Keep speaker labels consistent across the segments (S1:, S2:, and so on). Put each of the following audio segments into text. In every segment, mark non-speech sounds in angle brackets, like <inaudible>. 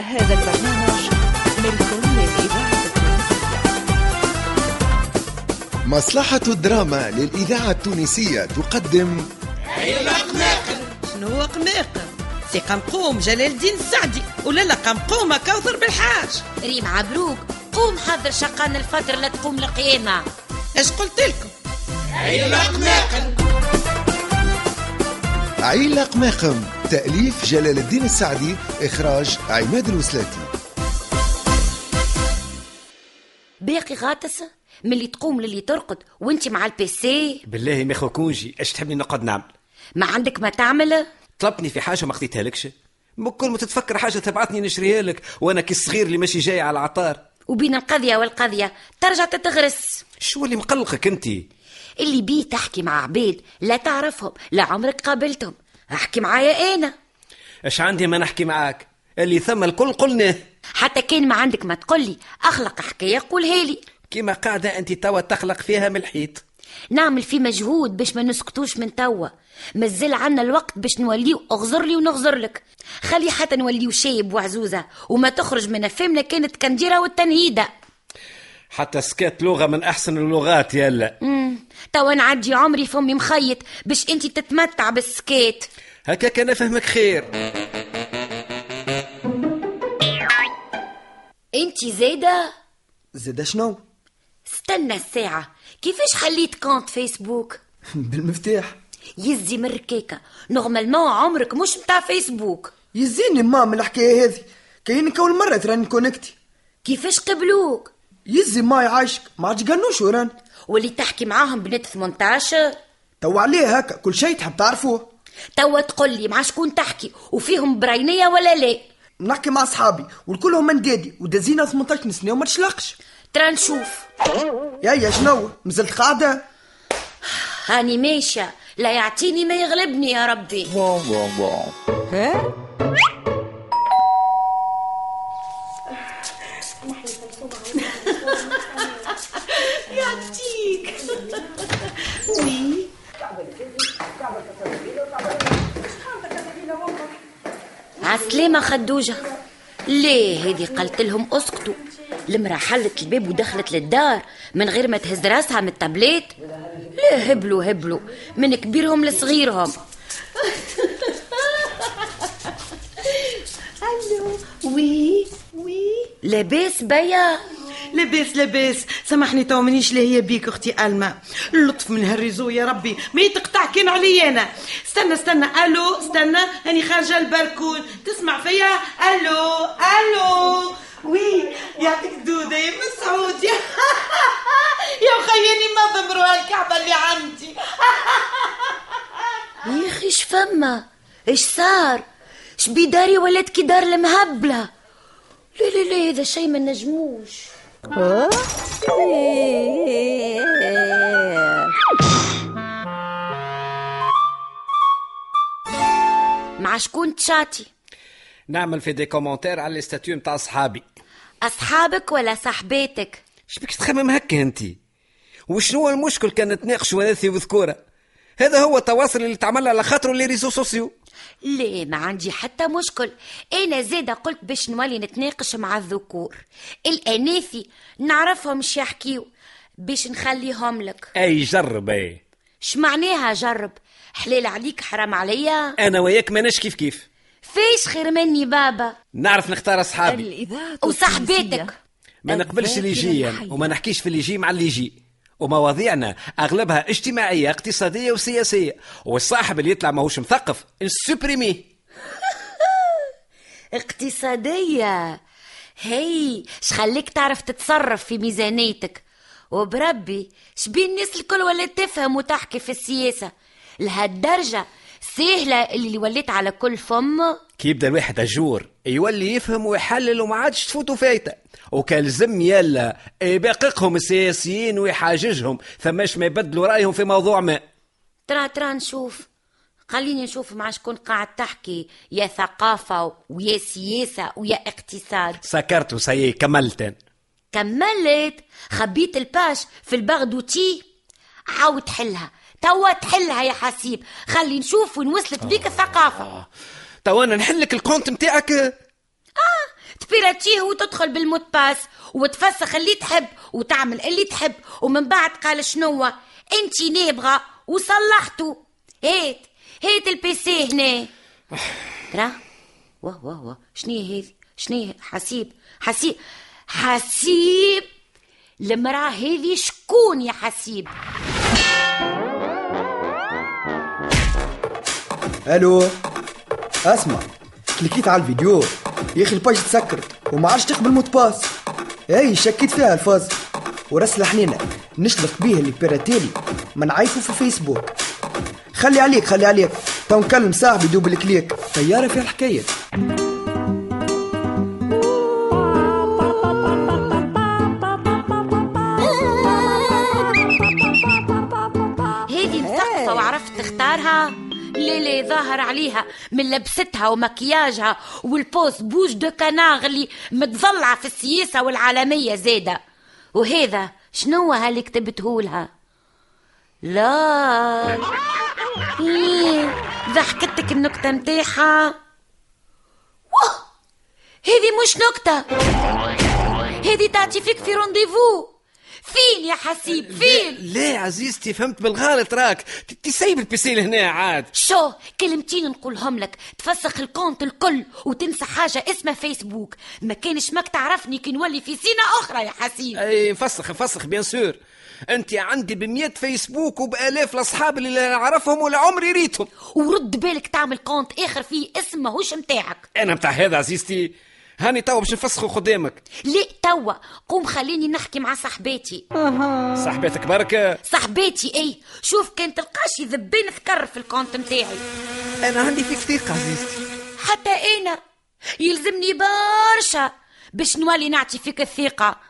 S1: هذا البرنامج ملك للإذاعة التونسية
S2: مصلحة الدراما للإذاعة التونسية تقدم
S3: شنو هو قماقم سي قمقوم جلال الدين السعدي ولا لا قمقومة كوثر بالحاج
S4: ريم عبروك قوم حضر شقان الفطر لا تقوم القيامة
S3: اش قلت لكم
S2: عيلة قماقم تأليف جلال الدين السعدي إخراج عماد الوسلاتي
S4: باقي غاطسة من اللي تقوم للي ترقد وانت مع البيسي
S5: بالله ما كونجي اش تحبني نقعد نعمل
S4: ما عندك ما تعمل
S5: طلبتني في حاجه ما خديتها لكش كل ما تتفكر حاجه تبعتني نشريها لك وانا كي الصغير اللي ماشي جاي على العطار
S4: وبين القضية والقضية ترجع تتغرس
S5: شو اللي مقلقك انت
S4: اللي بيه تحكي مع عبيد لا تعرفهم لا عمرك قابلتهم احكي معايا انا
S5: اش عندي ما نحكي معاك اللي ثم الكل قلناه
S4: حتى كان ما عندك ما تقولي اخلق حكاية قولها لي
S5: كيما قاعده انت توا تخلق فيها من الحيط
S4: نعمل في مجهود باش ما نسكتوش من توا مازال عنا الوقت باش نوليو اغزر لي ونغزر لك خلي حتى نوليو شايب وعزوزة وما تخرج من فمنا كانت كنديرة والتنهيدة
S5: حتى سكات لغه من احسن اللغات يلا
S4: مم. توا نعدي عمري فمي مخيط باش انت تتمتع بالسكات
S5: هكاك انا فهمك خير
S4: انت زايدة
S6: زاد شنو؟
S4: استنى الساعة كيفاش حليت كونت فيسبوك
S6: <laughs> بالمفتاح
S4: يزي من ركاكة نورمالمون عمرك مش متاع فيسبوك
S6: يزيني مام الحكايه هذه كاينك اول مره تراني كونكتي
S4: كيفاش قبلوك
S6: يزي ما يعيشك ما عادش قنوش وران
S4: واللي تحكي معاهم بنت 18
S6: تو عليه هكا كل شيء تحب تعرفوه
S4: توا تقول لي مع شكون تحكي وفيهم براينية ولا لا
S6: نحكي مع اصحابي والكلهم من دادي ودازينا 18 سنه وما تشلقش
S4: ترى نشوف
S6: يا يا شنو مازلت قاعده
S4: هاني ماشية لا يعطيني ما يغلبني يا ربي عسلامة خدوجة ليه هذه قالت لهم اسكتوا المرأة حلت الباب ودخلت للدار من غير ما تهز راسها من التابلات ليه هبلوا هبلوا من كبيرهم لصغيرهم
S3: وي وي
S4: لاباس بيا
S3: لاباس لاباس سامحني تو مانيش لاهية بيك اختي الما اللطف من هالريزو يا ربي ما يتقطع كان علي انا استنى استنى الو استنى هاني خارجه البركون تسمع فيا الو الو وي يعطيك دوده يا مسعود يا <laughs> يا مخياني ما ضمروا هالكعبه اللي عندي <laughs>
S4: يا اخي اش فما اش صار شبيداري ولات كي دار المهبله لا لا لا هذا شيء ما نجموش مع شكون تشاتي
S5: نعمل في دي كومونتير على الاستاتيو نتاع صحابي
S4: اصحابك ولا صاحباتك
S5: شبيك تخمم هكا انت وشنو المشكل كان تناقشوا اناثي وذكوره هذا هو التواصل اللي تعمل على خاطره لي ريزو سوسيو
S4: ليه ما عندي حتى مشكل انا زادة قلت باش نولي نتناقش مع الذكور الاناثي نعرفهم ش يحكيو باش نخليهم لك
S5: اي جرب اي
S4: ش معناها جرب حلال عليك حرام عليا
S5: انا وياك ماناش كيف كيف
S4: فيش خير مني بابا
S5: نعرف نختار اصحابي
S1: الإذاعة
S4: وصاحبتك
S5: ما نقبلش اللي يجي يعني، وما نحكيش في اللي يجي مع اللي يجي ومواضيعنا اغلبها اجتماعيه اقتصاديه وسياسيه والصاحب اللي يطلع ماهوش مثقف نسوبريميه
S4: اقتصادية هي شخليك تعرف تتصرف في ميزانيتك وبربي شبين الناس الكل ولات تفهم وتحكي في السياسة لهالدرجة سهلة اللي وليت على كل فم
S5: كي يبدا الواحد اجور يولي يفهم ويحلل وما عادش تفوتوا فايته وكالزم يلا يباققهم السياسيين ويحاججهم ثماش ما يبدلوا رايهم في موضوع ما
S4: ترى ترى نشوف خليني نشوف مع شكون قاعد تحكي يا ثقافة ويا سياسة ويا اقتصاد
S5: سكرت وسي كملت
S4: كملت خبيت الباش في البغدوتي عاود حلها توا تحلها يا حسيب خلي نشوف وين وصلت بيك الثقافة
S5: توا انا نحلك الكونت نتاعك
S4: تيراتشيه وتدخل بالموت باس وتفسخ اللي تحب وتعمل اللي تحب ومن بعد قال شنو انت نابغه وصلحته هات هات البيسي هنا ترى واه واه واه شنية هذه شنية حسيب حسيب حسيب المرأة هذه شكون يا حسيب
S6: الو اسمع كليكيت على الفيديو يا اخي الباج تسكرت وما عادش تقبل موت باس اي شكيت فيها الفاز ورسلة حنينة نشلق بيه اللي بيراتيلي ما نعيفه في فيسبوك خلي عليك خلي عليك تو نكلم صاحبي دوب الكليك طيارة في الحكاية
S4: هذه مثقفة وعرفت تختارها ليلي ظاهر عليها من لبستها ومكياجها والبوس بوش دو كناغ اللي متضلعة في السياسة والعالمية زادة وهذا شنو هاللي كتبتهولها لا إيه، ضحكتك النكتة متاحة واه هذه مش نكتة هذه تعطي فيك في رونديفو فين يا حسيب فين
S5: لا عزيزتي فهمت بالغلط راك ت- تسيب البيسي لهنا عاد
S4: شو كلمتين نقولهم لك تفسخ الكونت الكل وتمسح حاجة اسمها فيسبوك ما كانش ماك تعرفني كي نولي في سينا أخرى يا حسين
S5: اي فسخ فسخ بيان سور انت عندي ب فيسبوك وبالاف الاصحاب اللي لا نعرفهم ولا عمري ريتهم
S4: ورد بالك تعمل كونت آخر فيه اسم ماهوش متاعك
S5: انا متاع هذا عزيزتي هاني توا باش نفسخه قدامك
S4: ليه توا قوم خليني نحكي مع صاحباتي
S5: صاحبتك بركه
S4: صاحباتي اي شوف كان تلقاش ذبين ذكر في الكونت متاعي
S5: انا عندي فيك ثقه عزيزتي
S4: حتى انا يلزمني برشا باش نولي نعطي فيك الثقة <laughs>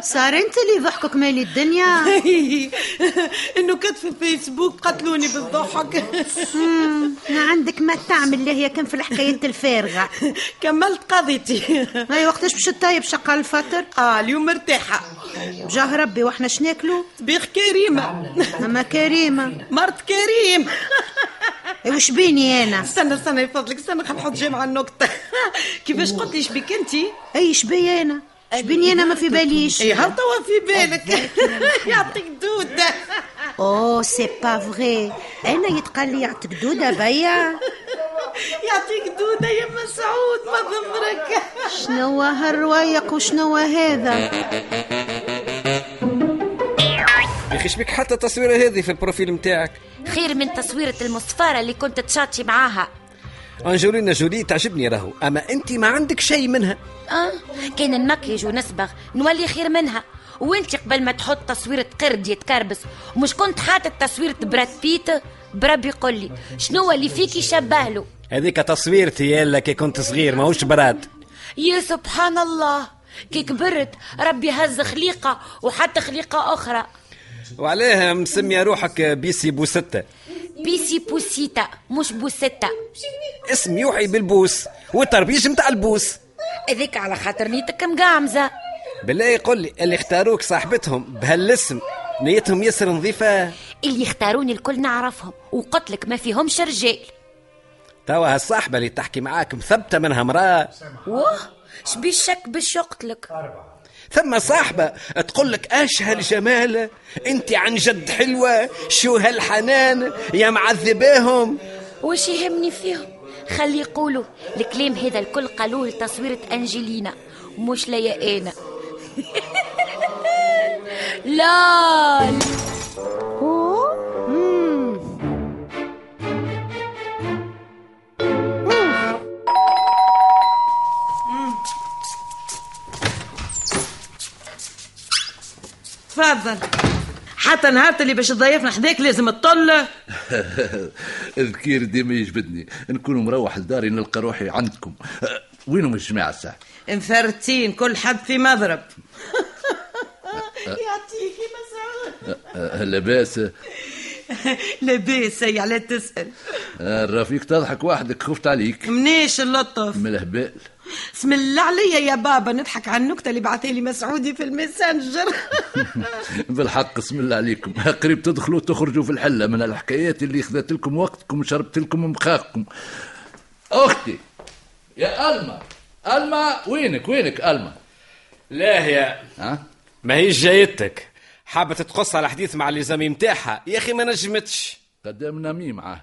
S7: صار انت اللي ضحكك مالي الدنيا
S3: انه كتب في فيسبوك قتلوني بالضحك <laughs>
S7: مم، ما عندك ما تعمل اللي هي كان في الحكايات الفارغه
S3: كملت قضيتي
S7: <laughs>
S3: <laughs>
S7: هاي وقتاش باش تطيب شقه الفطر
S3: اه اليوم مرتاحه
S7: جاه ربي واحنا شناكلو
S3: بيخ كريمه
S7: اما كريمه
S3: مرت كريم
S7: إي إيه، وش بيني انا
S3: استنى استنى يفضلك استنى خلينا نحط جيم على النقطه كيفاش قلت لي شبيك انت
S7: اي شبي انا شبيني انا ما في باليش
S3: اي هل توا إيه، في بالك يعطيك دوده
S7: اوه سي با فغي انا يتقال لي يعطيك دوده بيا
S3: يعطيك دوده يا مسعود ما ضمرك
S7: شنو هالروايق وشنو هذا
S5: يا اخي شبيك حتى التصويره هذه في البروفيل نتاعك
S4: خير من تصويرة المصفارة اللي كنت تشاطي معاها
S5: انجولينا جولي تعجبني راهو اما انت ما عندك شيء منها
S4: آه كان نمكيج ونصبغ نولي خير منها وانت قبل ما تحط تصويرة قرد يتكربس مش كنت حاطط تصويرة براد بيت بربي قولي شنو اللي فيكي شبه له
S5: هذيك تصويرتي يلا كي كنت صغير ماهوش براد
S4: يا سبحان الله كي كبرت ربي هز خليقة وحتى خليقة أخرى
S5: وعليها مسميه روحك بيسي بوستة
S4: بيسي بوسيتا مش بوستة
S5: اسم يوحي بالبوس والتربيج متاع البوس
S4: هذيك على خاطر نيتك مقعمزة
S5: بالله يقول لي اللي اختاروك صاحبتهم بهالاسم نيتهم ياسر نظيفه
S4: اللي اختاروني الكل نعرفهم وقتلك ما فيهمش رجال
S5: توا هالصاحبه اللي تحكي معاك مثبته منها مراه
S4: واه شبي الشك باش يقتلك
S5: ثم صاحبه تقول لك اش هالجمال انت عن جد حلوه شو هالحنان يا
S8: <laughs>
S5: معذباهم
S4: وش يهمني فيهم خلي يقولوا الكلام هذا الكل قالوه لتصويرة أنجلينا مش ليا أنا <laughs> لا
S3: تفضل حتى نهار اللي باش تضيفنا حداك لازم تطل
S8: الذكير ديما يجبدني نكون مروح لداري نلقى روحي عندكم أه، وينهم أه، الجماعه الساعه
S3: مفرتين كل حد في مضرب يعطيك يا مسعود
S8: أه، لاباس أه،
S3: <laughs> لاباس هي على تسأل
S8: الرفيق تضحك وحدك خفت عليك
S3: منيش اللطف
S8: من الهبال
S3: بسم الله عليا يا بابا نضحك على النكته اللي بعثها لي مسعودي في الماسنجر
S8: <laughs> بالحق اسم الله عليكم <laughs> قريب تدخلوا تخرجوا في الحله من الحكايات اللي خذت لكم وقتكم شربت لكم مخاخكم اختي يا الما الما وينك وينك الما
S5: لا يا
S8: ها
S5: ما هيش جايتك حابة تقص على حديث مع اللي زميم تاعها يا أخي ما نجمتش
S8: قدامنا مين معاه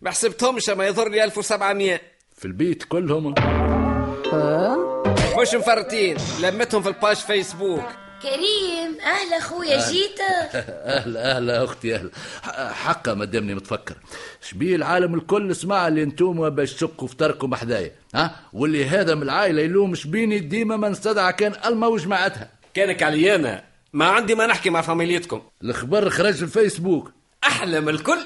S5: ما حسبتهمش ما يضرني 1700
S8: في البيت كلهم <laughs>
S5: مش مفرتين لمتهم في الباج فيسبوك
S4: كريم اهلا خويا جيت
S8: اهلا اهلا اختي اهلا ح- حقا مادامني متفكر شبيه العالم الكل سمع اللي انتم باش تشقوا فطركم حدايا ها واللي هذا من العائله يلوم شبيني ديما ما نستدعى كان الما وجماعتها
S5: كانك علي أنا ما عندي ما نحكي مع فاميليتكم
S8: الخبر خرج في الفيسبوك
S5: أحلى من الكل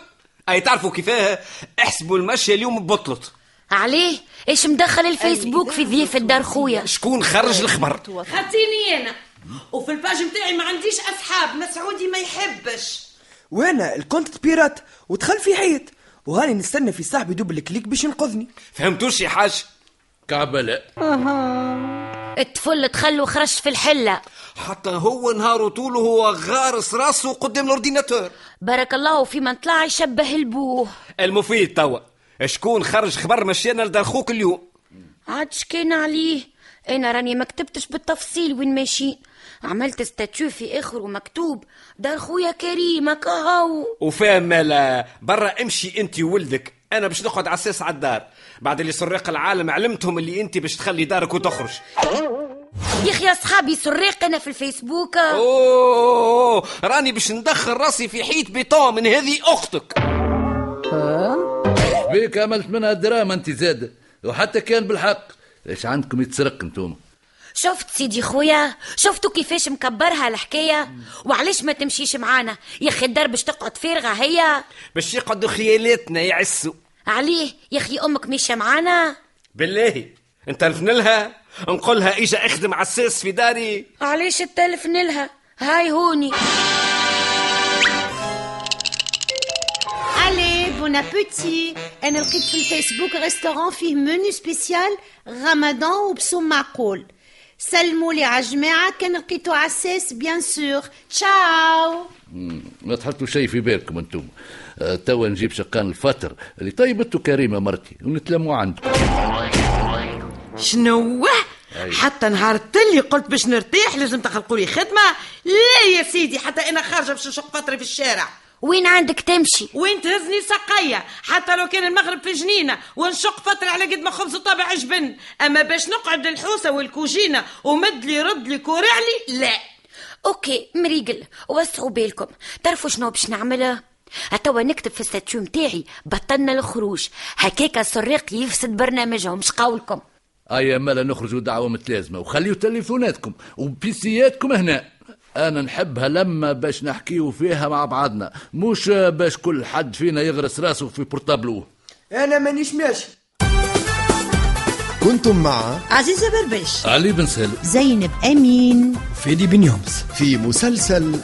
S5: أي تعرفوا كيفاه احسبوا المشي اليوم ببطلت
S4: عليه ايش مدخل الفيسبوك في ضيف الدار خويا
S5: شكون خرج الخبر
S3: خدتيني انا <laughs> وفي الباج نتاعي ما عنديش اصحاب مسعودي ما يحبش
S6: وانا الكونت بيرات ودخل في حيط وهاني نستنى في صاحبي دوبل كليك باش ينقذني
S5: فهمتوش يا حاج
S8: كعبله
S4: الطفل دخل وخرج في الحله
S5: حتى هو نهار طوله هو غارس راسه قدام الاورديناتور
S4: بارك الله فيما طلع يشبه البوه
S5: المفيد توا شكون خرج خبر مشينا لدار خوك اليوم
S4: عاد شكينا عليه انا راني ما كتبتش بالتفصيل وين ماشيين عملت ستاتيو في اخر ومكتوب دار خويا كريم هكا هاو
S5: وفاهم مالا برا امشي انت وولدك انا باش نقعد على الساس على الدار بعد اللي سراق العالم علمتهم اللي انت باش تخلي دارك وتخرج
S4: يا اخي اصحابي سريق انا في الفيسبوك
S5: اوه راني باش ندخل راسي في حيط بيطون من هذه اختك
S8: بيك عملت منها دراما انت زاد وحتى كان بالحق ايش عندكم يتسرق انتم
S4: شفت سيدي خويا شفتوا كيفاش مكبرها الحكايه وعلاش ما تمشيش معانا يا اخي الدار باش تقعد فارغه هي
S5: باش يقعدوا خيالاتنا يعسوا
S4: عليه يا اخي امك ماشيه معانا
S5: بالله انت نفن لها نقول لها اجا اخدم على الساس في داري
S4: علاش التلفن لها هاي هوني
S7: الي بون ابيتي انا لقيت في الفيسبوك ريستوران فيه منيو سبيسيال رمضان وبسوم معقول سلموا لي على جماعه كان لقيتو عساس بيان سور تشاو
S8: مم، ما تحطوا شيء في بالكم انتم آه، توا نجيب شقان الفطر اللي طيب طيبته كريمه مرتي ونتلموا عندكم
S3: شنو حتى نهار تلي قلت باش نرتاح لازم تخلقوا لي خدمه لا يا سيدي حتى انا خارجه باش نشق فطري في الشارع
S4: وين عندك تمشي
S3: وين تهزني سقية حتى لو كان المغرب في جنينة ونشق فطر على قد ما خبز طابع جبن أما باش نقعد للحوسة والكوجينة ومد لي رد لي كورع لي لا
S4: اوكي مريقل وسعوا بالكم تعرفوا شنو باش نعمله هتوا نكتب في الستاتيو متاعي بطلنا الخروج هكاك السراق يفسد برنامجهم مش قولكم
S8: ايا مالا آه، نخرجوا دعوه متلازمه وخليوا تليفوناتكم وبيسياتكم هنا انا نحبها لما باش نحكيو فيها مع بعضنا مش آه، باش كل حد فينا يغرس راسه في بورتابلوه
S6: انا مانيش ماشي
S2: كنتم مع
S7: عزيزه بربش
S8: علي بن سالم
S7: زينب امين
S6: فيدي بن يومس
S2: في مسلسل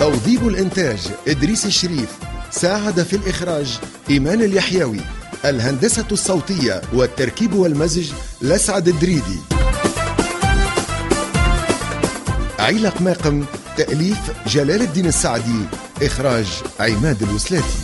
S2: توظيف الإنتاج إدريس الشريف ساعد في الإخراج إيمان اليحيوي الهندسة الصوتية والتركيب والمزج لسعد الدريدي عيلق ماقم تأليف جلال الدين السعدي إخراج عماد الوسلاتي